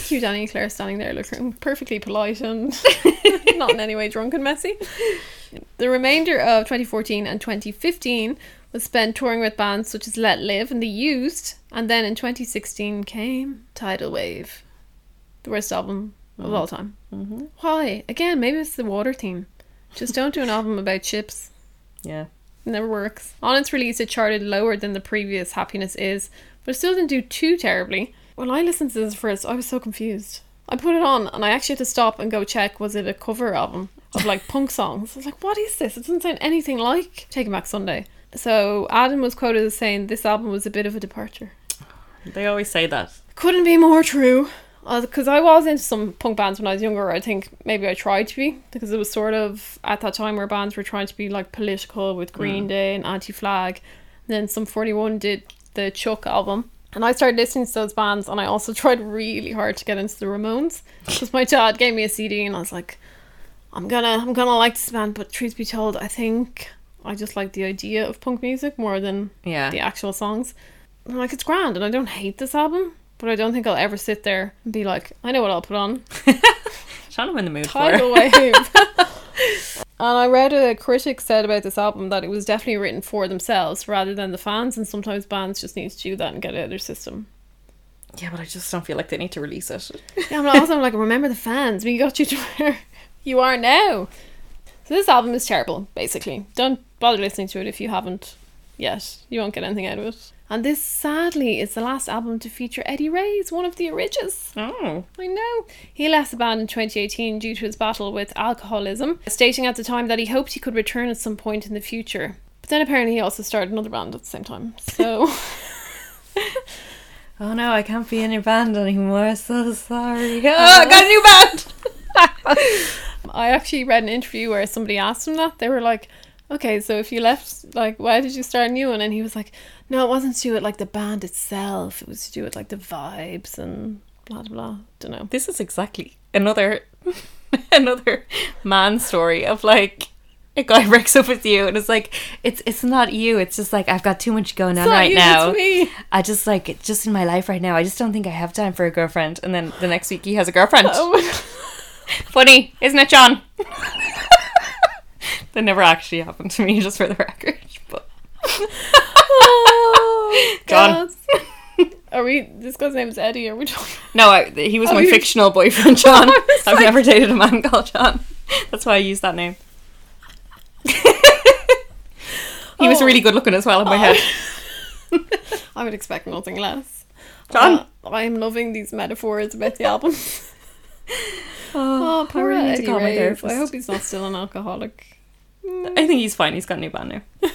B: Cute Danny and Claire standing there looking perfectly polite and not in any way drunk and messy. The remainder of 2014 and 2015 was spent touring with bands such as Let Live and The Used, and then in 2016 came Tidal Wave, the worst album of all time.
A: Mhm.
B: Why? Again, maybe it's the water theme. Just don't do an album about chips.
A: Yeah.
B: It never works. On its release, it charted lower than the previous Happiness Is, but it still didn't do too terribly. When I listened to this first, I was so confused. I put it on and I actually had to stop and go check was it a cover album of like punk songs. I was like, what is this? It doesn't sound anything like Taking Back Sunday. So Adam was quoted as saying this album was a bit of a departure
A: They always say that.
B: couldn't be more true. Because I was into some punk bands when I was younger. I think maybe I tried to be because it was sort of at that time where bands were trying to be like political with Green Day and Anti Flag. Then some Forty One did the Chuck album, and I started listening to those bands. And I also (laughs) tried really hard to get into the Ramones because my dad gave me a CD, and I was like, I'm gonna I'm gonna like this band. But truth be told, I think I just like the idea of punk music more than
A: Yeah.
B: the actual songs. I'm like, it's grand, and I don't hate this album, but I don't think I'll ever sit there and be like, I know what I'll put on.
A: Trying to win the mood for.
B: Tidal Wave. (laughs) and I read a critic said about this album that it was definitely written for themselves rather than the fans, and sometimes bands just need to do that and get it out of their system.
A: Yeah, but I just don't feel like they need to release it.
B: Yeah, I'm also I'm like, remember the fans. We got you to (laughs) where you are now. So this album is terrible, basically. Don't bother listening to it if you haven't yet. You won't get anything out of it. And this, sadly, is the last album to feature Eddie Ray's one of the Origes.
A: (laughs) Oh.
B: I know. He left the band in 2018 due to his battle with alcoholism, stating at the time that he hoped he could return at some point in the future. But then apparently he also started another band at the same time. So (laughs)
A: Oh no, I can't be in your band anymore. So sorry. Oh, I got a new band. (laughs)
B: I actually read an interview where somebody asked him that. They were like, "Okay, so if you left, like, why did you start a new one?" And he was like, "No, it wasn't to do with like the band itself. It was to do with like the vibes and blah blah blah." Don't know.
A: This is exactly another (laughs) another man story of like a guy (laughs) breaks up with you and it's like it's it's not you. It's just like I've got too much going on right now. (laughs)
B: me.
A: I just like it's just in my life right now. I just don't think I have time for a girlfriend. And then the next week he has a girlfriend.
B: Oh,
A: (laughs) Funny, isn't it, John? (laughs) that never actually happened to me, just for the record. But
B: oh
A: John. (laughs)
B: God. Are we? This guy's name is Eddie. Are we talking?
A: no, I, he was
B: Oh,
A: my
B: you-
A: fictional boyfriend, (laughs) John.
B: I was
A: I've never dated a man called John. That's why I used that name. he was
B: Oh.
A: really good looking as well in my head.
B: I would expect nothing less.
A: (laughs) John?
B: Uh, I am loving these metaphors about
A: (laughs)
B: the album. Oh,
A: I
B: poor
A: really need to
B: Eddie
A: call my
B: Reyes. I
A: therapist.
B: hope he's not still an alcoholic.
A: I think he's fine. He's got a new band now.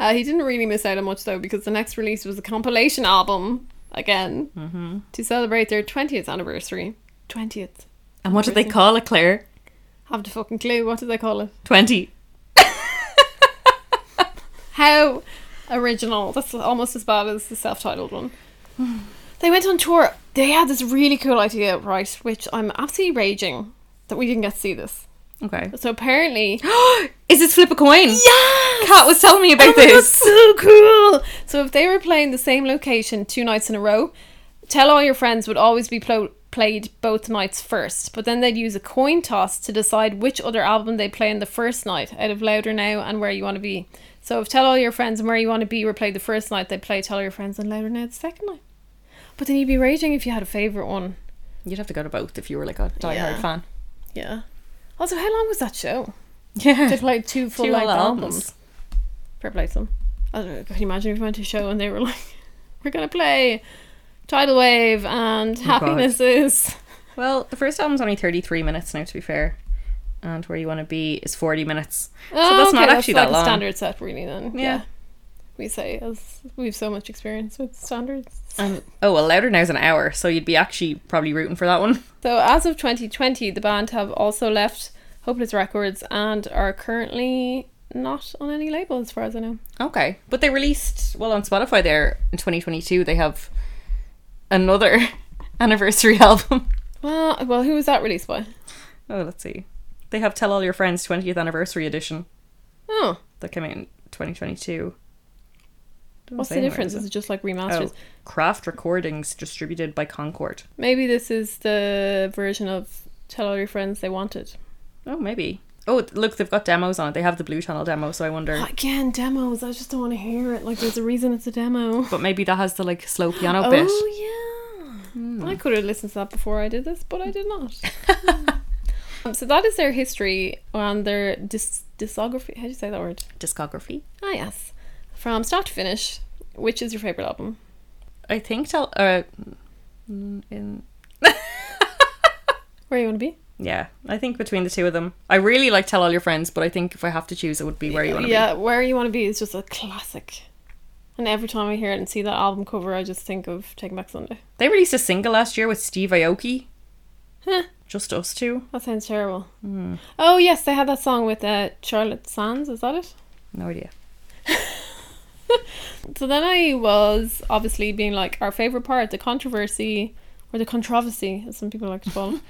B: Uh, he didn't really miss out on much though, because the next release was a compilation album again to celebrate their twentieth anniversary. Twentieth.
A: And what did they call it, Claire?
B: Have the fucking clue. What do they call it?
A: Twenty.
B: How original. That's almost as bad as the self-titled one. (sighs) they went on tour. They had this really cool idea, right? Which I'm absolutely raging that we didn't get to see this.
A: Okay.
B: So apparently,
A: (gasps) Is this flip a coin?
B: yeah.
A: Kat was telling me about
B: Oh my God,
A: this.
B: so cool. So if they were playing the same location two nights in a row, tell all your friends would always be plo- played both nights first, but then they'd use a coin toss to decide which other album they play in the first night out of Louder Now and Where You Want to Be. So if Tell All Your Friends and Where You Want to Be were played the first night, they'd play Tell All Your Friends and Louder Now the second night. But then you'd be raging if you had a favourite one.
A: You'd have to go to both if you were like a diehard
B: Yeah.
A: fan.
B: Yeah. Also, how long was that show?
A: Yeah. (laughs)
B: They played two full
A: Two
B: length
A: whole
B: albums.
A: albums.
B: Fair play to them. I don't know. Can you imagine if we went to a show and they were like, (laughs) "We're gonna play Tidal Wave and
A: Oh, God.
B: Happiness is."
A: Well, the first album's only 33 minutes now, to be fair. And Where You Want to Be is 40 minutes.
B: Oh,
A: that's not
B: okay,
A: actually
B: like
A: that
B: a
A: long.
B: standard set, really. Then yeah.
A: Yeah.
B: we say as we've so much experience with standards.
A: Um, oh, well, Louder Now's an hour, so you'd be actually probably rooting for that one.
B: So as of 2020, the band have also left Hopeless Records and are currently not on any label, as far as I know.
A: Okay. But they released, well, on Spotify there in 2022, they have another (laughs) anniversary album.
B: Well, well, who was that released by?
A: Oh, let's see. They have Tell All Your Friends 20th Anniversary Edition
B: Oh,
A: that came out in 2022. Doesn't
B: what's
A: say
B: the
A: anywhere,
B: difference?
A: does
B: Is
A: it?
B: it just like remasters?
A: Oh, Craft Recordings distributed by Concord.
B: Maybe this is the version of Tell All Your Friends They Wanted.
A: Oh, maybe. Oh, look, they've got demos on it. They have the Blue Channel demo, so I (gasps) wonder.
B: Again, demos. I just don't want to hear it. Like, there's a reason it's a demo.
A: But maybe that has the like slow piano bit.
B: Oh yeah. I could have listened to that before I did this, but I
A: (laughs)
B: did not. Um, so that is their history and their dis- discography. How do you say that word?
A: Discography.
B: Ah yes, from start to finish. Which is your favorite album?
A: I think tell. Uh, mm, in
B: Where you want to be?
A: yeah, I think between the two of them, I really like Tell All Your Friends, but I think if I have to choose, it would be Where You Want to
B: yeah, where you want to be is just a classic. And every time I hear it and see that album cover, I just think of Taking Back Sunday.
A: Be. They released a single last year with Steve Aoki. Just us two.
B: That sounds terrible. Oh yes, they had that song with uh, Charlotte Sands. Is that it?
A: No idea.
B: So then I was obviously being like our favorite part, the controversy or the controversy, as some people like to call it.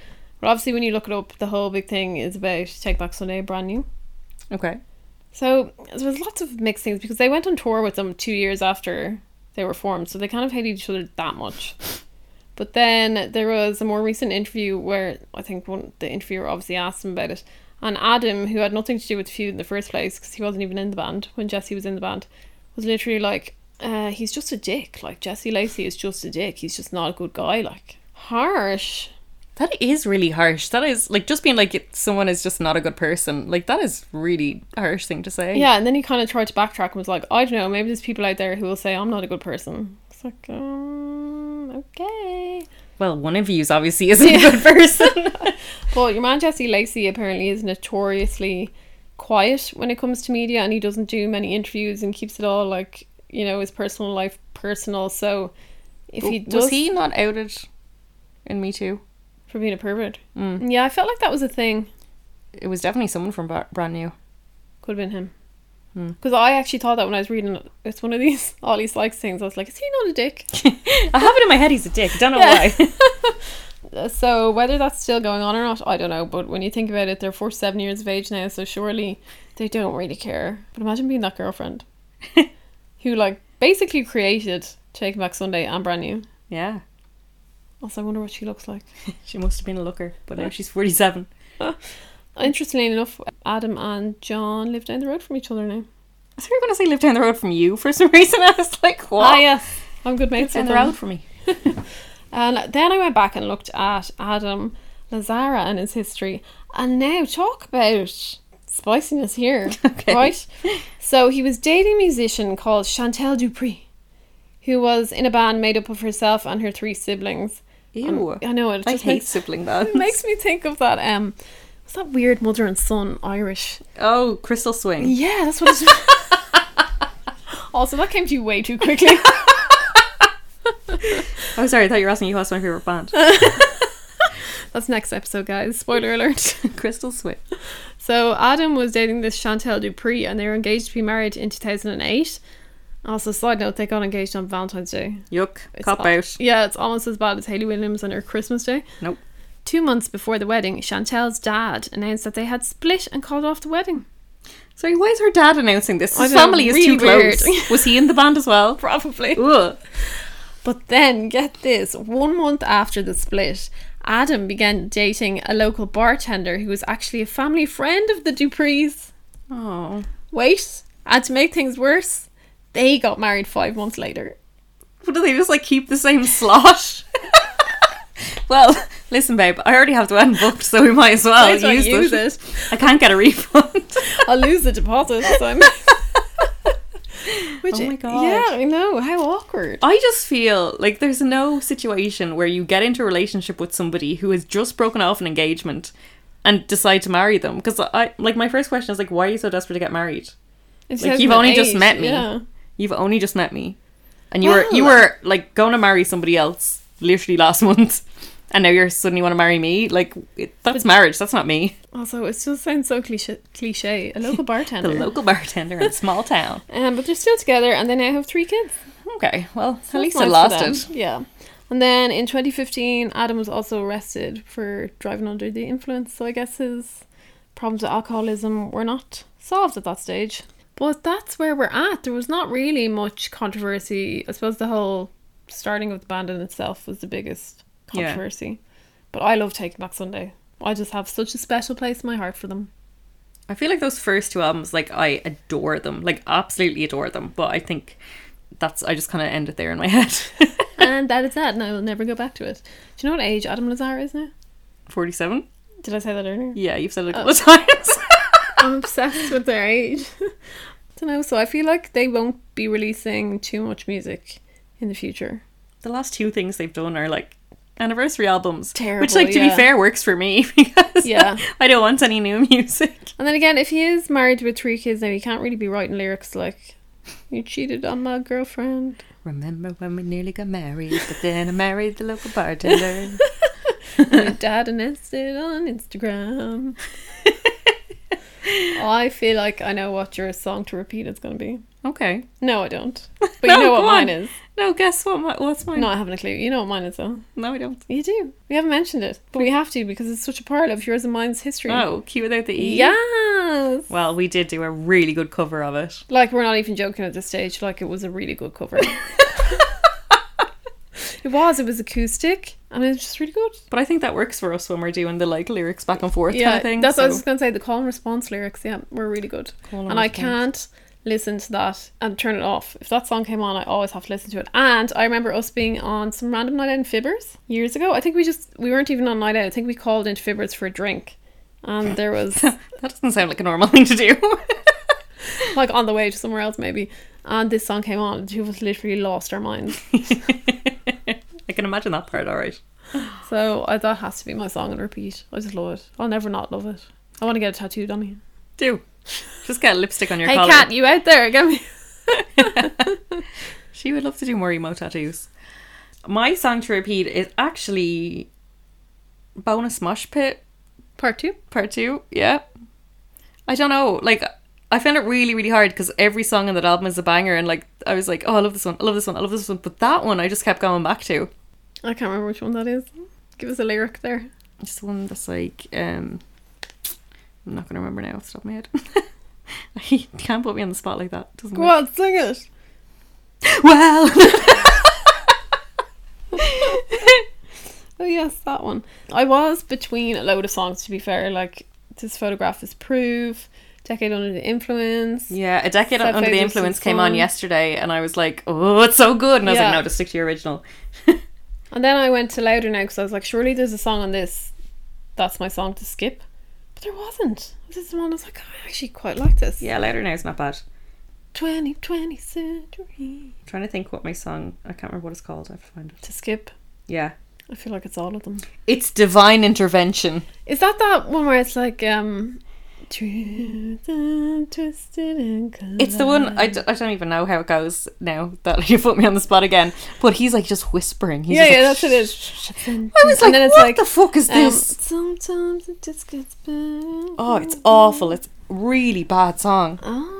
B: but obviously, when you look it up, the whole big thing is about Take Back Sunday, brand new.
A: Okay.
B: So there was lots of mixed things because they went on tour with them two years after they were formed, so they kind of hated each other that much. But then there was a more recent interview where I think one the interviewer obviously asked him about it, and Adam, who had nothing to do with the feud in the first place because he wasn't even in the band when Jesse was in the band, was literally like, uh, "He's just a dick. Like Jesse Lacey is just a dick. He's just not a good guy. Like harsh."
A: That is really harsh. That is like just being like it- someone is just not a good person. Like that is really a harsh thing to say.
B: Yeah, and then he kind of tried to backtrack and was like, I don't know, maybe there's people out there who will say I'm not a good person. It's like, um, okay.
A: Well, one of you's
B: (laughs)
A: obviously isn't a good person. (laughs)
B: But your man Jesse Lacey apparently is notoriously quiet when it comes to media and he doesn't do many interviews and keeps it all like, you know, his personal life personal. So (laughs) if he does
A: Was he not outed in Me Too?
B: for being a pervert.
A: Mm.
B: Yeah, I felt like that was a thing.
A: It was definitely someone from Bra- Brand New. (laughs)
B: Could have been him.
A: Hmm.
B: Because I actually thought that when I was reading, it. it's one of these (laughs) Ollie Sykes things. I was like, is he not a dick?
A: I have it in my head he's a dick. Don't know
B: (laughs) Yeah.
A: why.
B: So whether that's still going on or not, I don't know. But when you think about it, they're four seven years of age now, so surely they don't really care. But imagine being that
A: (laughs)
B: girlfriend who like basically created Taking Back Sunday and Brand New.
A: yeah.
B: Also, I wonder what she looks like.
A: She must have been a looker, but now she's 47.
B: Interestingly enough, Adam and John live down the road from each other now.
A: I thought you were going to say live down the road from you for (laughs) some reason. I was like, what?
B: Ah, yes, I'm good
A: Live
B: mates
A: down
B: with
A: the
B: them.
A: road from me.
B: And then I went back and looked at Adam Lazara and his history. And now talk about spiciness here.
A: (laughs) Okay.
B: Right? So he was dating a musician called Chantel Dupree, who was in a band made up of herself and her three siblings.
A: Ew.
B: I know it
A: I
B: just
A: hate
B: makes,
A: sibling bands. (laughs)
B: it makes (laughs) me think of that um what's that weird mother and son Irish?
A: oh, Crystal (laughs) Swing.
B: Yeah, that's what it's (laughs) Also that came to you way too quickly.
A: (laughs) Oh, sorry. I thought you were asking you what's my favourite (laughs) band.
B: that's next episode, guys. Spoiler alert.
A: Crystal Swing.
B: So Adam was dating this Chantel Dupree and they were engaged to be married in 2008. Also, side note, they got engaged on Valentine's Day.
A: Yuck.
B: It's
A: Cop
B: al-
A: out.
B: Yeah, it's almost as bad as Hayley Williams on her Christmas Day.
A: Nope.
B: Two months before the wedding, Chantel's dad announced that they had split and called off the wedding.
A: Sorry, why is her dad announcing this?
B: I
A: His
B: know,
A: family is too
B: really
A: close.
B: weird.
A: Was he in the band as well? (laughs)
B: Probably.
A: Ugh.
B: But then, get this, one month after the split, Adam began dating a local bartender who was actually a family friend of the Duprees.
A: Oh.
B: Wait, and to make things worse, they got married five months later.
A: (laughs) What do they just like keep the same slot? (laughs) well, listen, babe, I already have the wedding booked, so we might as well
B: Might as well
A: use,
B: use
A: it.
B: it.
A: I can't get a refund.
B: (laughs) I'll lose the deposit. So I'm Which,
A: (laughs) Oh my God.
B: Yeah, I know. How awkward.
A: I just feel like there's no situation where you get into a relationship with somebody who has just broken off an engagement and decide to marry them. Because I like my first question is like, why are you so desperate to get married?
B: It's
A: Like
B: just
A: you've
B: an
A: only just
B: age,
A: met me.
B: Yeah.
A: You've only just met me, and you were you
B: Well-
A: were like going to marry somebody else literally last (laughs) month, and now you're suddenly want to marry me. Like it, that's marriage. That's not me.
B: Also, it still sounds so cliche. cliche. A
A: (laughs)
B: local
A: The
B: bartender.
A: local bartender in a small town.
B: um, but they're still together and they now have three kids.
A: (laughs) Okay, well
B: So
A: at
B: that's
A: least I
B: nice
A: lost
B: for
A: it.
B: them. Yeah. And then in 2015, Adam was also arrested for driving under the influence. So I guess his problems with alcoholism were not solved at that stage. But that's where we're at. There was not really much controversy. I suppose the whole starting of the band in itself was the biggest
A: Yeah. (laughs)
B: controversy. But I love Taking Back Sunday. I just have such a special place in my heart for them.
A: I feel like those first two albums, like I adore them, like absolutely adore them. But I think that's I just kind of end it there in my (laughs) head.
B: and that is that, and I will never go back to it. Do you know what age Adam Lazar is now?
A: Forty-seven.
B: Did I say that earlier?
A: Yeah, you've said it a couple
B: Oh.
A: of times. (laughs)
B: I'm obsessed with their age. (laughs) don't know, so I feel like they won't be releasing too much music in the future.
A: the last two things they've done are like anniversary albums, which,
B: Terrible,
A: like to be
B: yeah.
A: fair, works for me (laughs) because
B: Yeah.
A: I don't want any new music.
B: And then again, if he is married with three kids now, he can't really be writing lyrics like, You cheated on my
A: (laughs)
B: girlfriend.
A: Remember when we nearly got married, but then I married the local bartender.
B: My dad announced it on
A: (laughs)
B: Instagram. I feel like I know what your song to repeat is going to be.
A: (laughs) okay.
B: No,
A: (laughs)
B: I don't. But
A: No,
B: you know what
A: come
B: mine
A: on.
B: is.
A: No, guess what? My, what's mine?
B: No, I haven't a clue. You know what mine is, though.
A: no, I don't.
B: You do. We haven't mentioned it, but we have to because it's such a part of yours and mine's history.
A: Oh, Q without the E.
B: Yes.
A: Well, we did do a really good cover of it.
B: Like we're not even joking at this stage. Like it was a really good cover. it was. It was acoustic, and it was just really good.
A: But I think that works for us when we're doing the like lyrics back and forth kind
B: yeah,
A: of thing.
B: that's what I was
A: so-
B: just gonna say. The call and response lyrics, yeah, were really good.
A: Call and
B: and I
A: response.
B: can't listen to that and turn it off. If that song came on, I always have to listen to it. And I remember us being on some random night out in Fibbers years ago. I think we just we weren't even on night out. I think we called into Fibbers for a drink, and there
A: (laughs) (laughs)
B: was
A: that doesn't sound like a normal (laughs) thing to do.
B: like on the way to somewhere else maybe. And this song came on, and two of us literally lost our minds.
A: I can imagine that part, all right.
B: So I, that has to be my song and repeat. I just love it. I'll never not love it. I want to get a tattoo on me.
A: Do. Just get lipstick on your
B: Hey,
A: collar.
B: cat, you out there? Get me. (laughs)
A: She would love to do more emo tattoos. My song to repeat is actually Bonus Mosh Pit
B: Part two.
A: Part 2. Yeah. I don't know. Like, I found it really, really hard because every song on that album is a banger. And, like, I was like, oh, I love this one. I love this one. I love this one. But that one I just kept going back to.
B: I can't remember which one that is. Give us a lyric there.
A: Just the one that's like, um, I'm not going to remember now off the top of my head. (laughs) You can't put me on the spot like that. Doesn't
B: Go
A: work.
B: on, sing it.
A: Well, (laughs)
B: Oh yes, that one. I was between a load of songs. To be fair, like this photograph is proof. Decade under the influence.
A: Yeah, a decade
B: Sad
A: under the
B: Faces
A: influence
B: is
A: came on
B: fun.
A: yesterday, and I was like, "Oh, it's so good!" And I was like,
B: Yeah.
A: "No, just stick to your original."
B: And then I went to louder now because I was like, surely there's a song on this. That's my song to skip. But there wasn't. This is the one I was like, oh, I actually quite like this.
A: Yeah, louder now is not bad.
B: Twenty twenty surgery.
A: I'm trying to think what my song. I can't remember what it's called. I have to find it.
B: To skip.
A: Yeah,
B: I feel like it's all of them.
A: it's divine intervention.
B: Is that that one where it's like um, truth and twisted and collide.
A: It's the one I, d- I don't even know how it goes now that you put me on the spot again. But he's like just whispering. He's
B: yeah,
A: just
B: yeah,
A: like,
B: that's what it is.
A: I was like,
B: and then it's
A: "What
B: like
A: the fuck is
B: um,
A: this?"
B: sometimes it just gets better.
A: Oh, it's awful. It's really bad song.
B: Oh,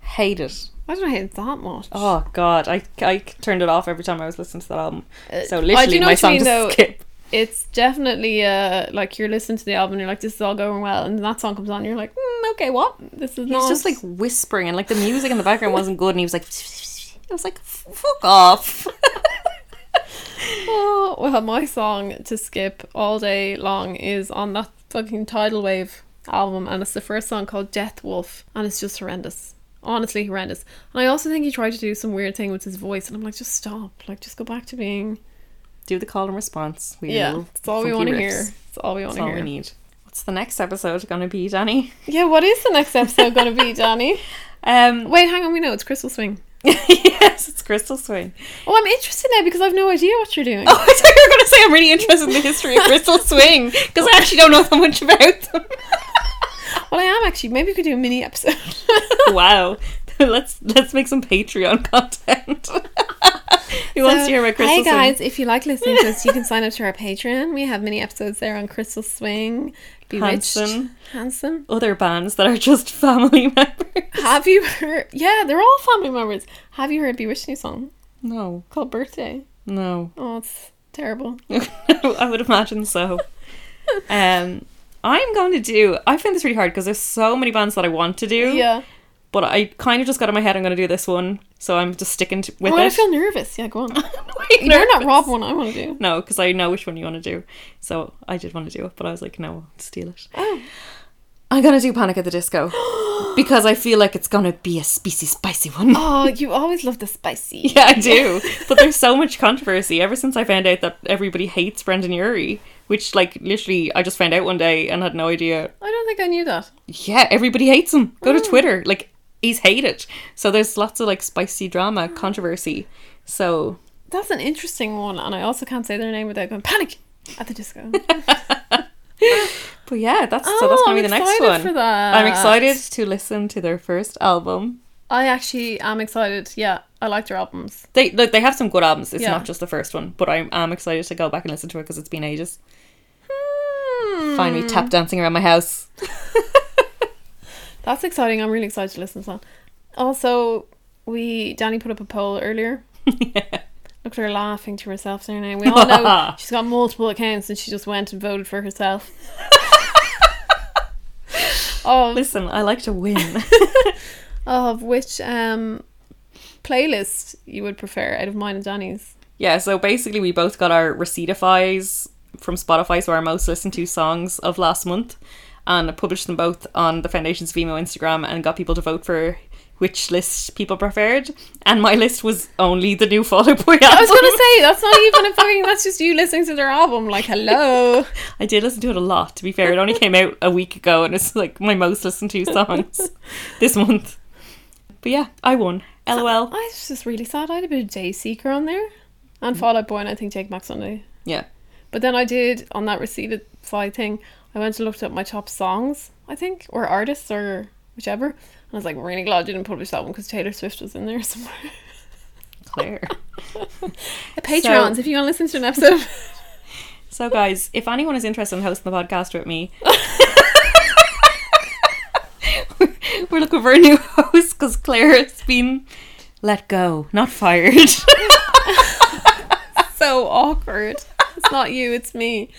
A: Hate it.
B: why did I hate that much?
A: Oh god, I, I turned it off every time I was listening to that album.
B: Uh,
A: So
B: I do
A: literally,
B: know
A: my
B: what you
A: song
B: mean,
A: just
B: though.
A: skip.
B: It's definitely uh like you're listening to the album, and you're like, this is all going well, and that song comes on, you're like, mm, okay, what? This is
A: He was
B: not.
A: just like whispering, and like the music in the background wasn't good, and he was like, (laughs) I was like, "F- fuck off.
B: Oh, well, my song to skip all day long is on that fucking Tidal Wave album, and it's the first song called Death Wolf, and it's just horrendous. Honestly, horrendous. And I also think he tried to do some weird thing with his voice, and I'm like, just stop. Like, just go back to being.
A: Do the call and response. We
B: Yeah,
A: will
B: it's all we
A: funky
B: want to
A: riffs.
B: hear. It's all we want
A: That's
B: to
A: all we
B: hear.
A: need. What's the next episode going to be, Danny?
B: Yeah, what is the next episode going
A: (laughs)
B: to be, Danny?
A: Um,
B: Wait, hang on, we know it's Crystal Swing.
A: (laughs) yes, it's Crystal Swing.
B: Oh, I'm interested now because I've no idea what you're doing.
A: (laughs) Oh, (laughs) I thought you were going to say I'm really interested in the history of (laughs) Crystal Swing because I actually don't know that much
B: (laughs)
A: about (laughs) them.
B: Well, I am actually. Maybe we could do a mini episode.
A: (laughs) wow, (laughs) let's let's make some Patreon content. (laughs) Who wants to hear about Crystal
B: Hey
A: Swing?
B: guys, if you like listening to us, you can sign up to our Patreon. We have mini episodes there on Crystal Swing, Bewitched,
A: Handsome.
B: Handsome.
A: Other bands that are just (laughs) family members.
B: Have you heard? Yeah, they're all family members. Have you heard Bewitched new song
A: No,
B: called Birthday?
A: no.
B: Oh, it's terrible.
A: (laughs) I would imagine so. Um, I'm going to do. I find this really hard because there's so many bands that I want to do.
B: Yeah.
A: But I kind of just got in my head. I'm going to do this one, so I'm just sticking to, with
B: Oh, I
A: it.
B: feel nervous. Yeah, go
A: (laughs)
B: on.
A: Wait,
B: You're not
A: nervous.
B: Rob one. I want to do.
A: (laughs) No, because I know which one you want to do. So I did want to do it, but I was like, no, I'll steal it.
B: Oh,
A: I'm gonna do Panic at the
B: (gasps)
A: Disco because I feel like it's gonna be a spicy, spicy one.
B: Oh, you always love the spicy.
A: (laughs) Yeah, I do. (laughs) but there's so much controversy ever since I found out that everybody hates Brendan Urie, which, like, literally, I just found out one day and had no idea.
B: I don't think I knew that.
A: Yeah, everybody hates him. Go to
B: Mm.
A: Twitter. Like, he's hated. So there's lots of, like, spicy drama,
B: Mm.
A: controversy. So,
B: That's an interesting one, and I also can't say their name without going panic at
A: (laughs)
B: the disco.
A: but yeah, that's so that's
B: Oh,
A: gonna be
B: I'm
A: the next
B: excited
A: one.
B: for that.
A: I'm excited to listen to their first album.
B: I actually am excited. Yeah, I like their albums.
A: They look, they have some good albums. It's
B: Yeah.
A: not just the first one, but I am excited to go back and listen to it because it's been ages.
B: Hmm.
A: Find
B: Mm.
A: me tap dancing around my house.
B: That's exciting. I'm really excited to listen to that. Also, we Danny put up a poll earlier. Look at her laughing to herself there now. We all know she's got multiple accounts and she just went and voted for herself. of,
A: Listen, I like to win.
B: of which um, playlist you would prefer out of mine and Danny's?
A: yeah, so basically we both got our Receidifies from Spotify, so our most listened to songs of last month, and published them both on the Foundation's Vimeo Instagram and got people to vote for which list people preferred. And my list was only the new Fall Out Boy album.
B: (laughs) I was gonna say that's not even a fucking. That's just you listening to their album. Like, hello.
A: I did listen to it a lot, to be fair. It only came out a week ago and it's like my most listened to
B: (laughs)
A: songs this month. But yeah, I won. LOL.
B: I was just really sad. I had a bit of Day Seeker on there, and Fall Out Boy, and I think Take Back Sunday.
A: Yeah.
B: But then I did on that receded side thing. I went and looked up my top songs, I think, or artists, or whichever. And I was like, really glad you didn't publish that one because Taylor Swift was in there (laughs) somewhere.
A: Claire.
B: Patreons, if you want to listen to an episode.
A: So guys, if anyone is interested in hosting the podcast with (laughs) me We're looking for a new host because Claire has been let go, not fired.
B: (laughs) so awkward. It's not you, it's me.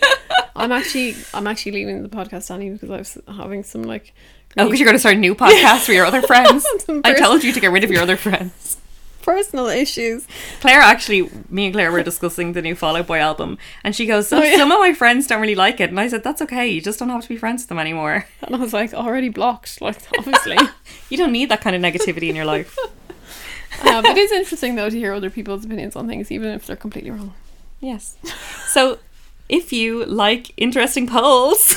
B: I'm actually, I'm actually leaving the podcast, Annie, because I was having some like.
A: (laughs) oh, because you're going to start a new podcast for your (laughs) other friends.
B: Some
A: I
B: pers-
A: told you to get rid of your other friends.
B: personal issues.
A: Claire actually, me and Claire were discussing the new Fall Out Boy album, and she goes, so
B: Oh, yeah.
A: "Some of my friends don't really like it," and I said, "That's okay. You just don't have to be friends with them anymore.
B: And I was like, already blocked, like, (laughs) obviously.
A: You don't need that kind of negativity in your life."
B: uh, but it is interesting, though, to hear other people's opinions on things, even if they're completely wrong.
A: yes. So, if you like interesting polls,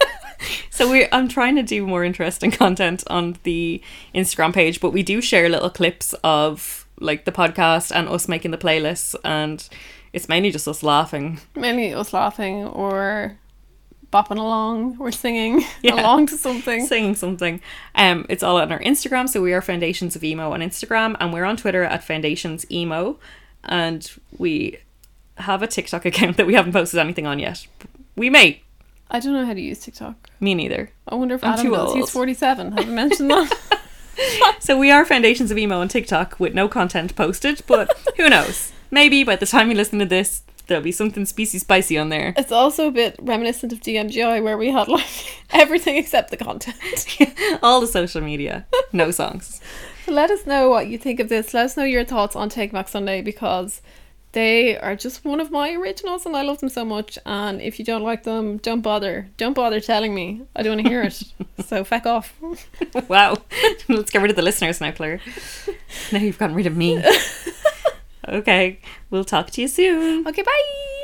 A: (laughs) so we I'm trying to do more interesting content on the Instagram page, but we do share little clips of like the podcast and us making the playlists, and it's mainly just us laughing.
B: Mainly us laughing or bopping along or singing (laughs)
A: Yeah.
B: along to something.
A: singing something. Um, it's all on our Instagram. So we are Foundations of Emo on Instagram, and we're on Twitter at Foundations Emo, and we have a TikTok account (laughs) that we haven't posted anything on yet. We may.
B: I don't know how to use TikTok.
A: Me neither.
B: I wonder if
A: I'm
B: Adam
A: too
B: knows.
A: old.
B: He's 47. Haven't mentioned that.
A: So we are Foundations of Emo on TikTok with no content posted, but who knows? Maybe by the time you listen to this, there'll be something specy spicy on there.
B: (laughs) it's also a bit reminiscent of DMGI where we had like (laughs) everything except the content.
A: all the social media, no songs. (laughs)
B: So let us know what you think of this. Let us know your thoughts on Take Back Sunday because they are just one of my originals and I love them so much. And if you don't like them, don't bother. Don't bother telling me. I don't want to hear (laughs) it. so feck off.
A: Wow. (laughs) Let's get rid of the listeners now, Claire. Now you've gotten rid of me. okay. We'll talk to you soon.
B: Okay, bye.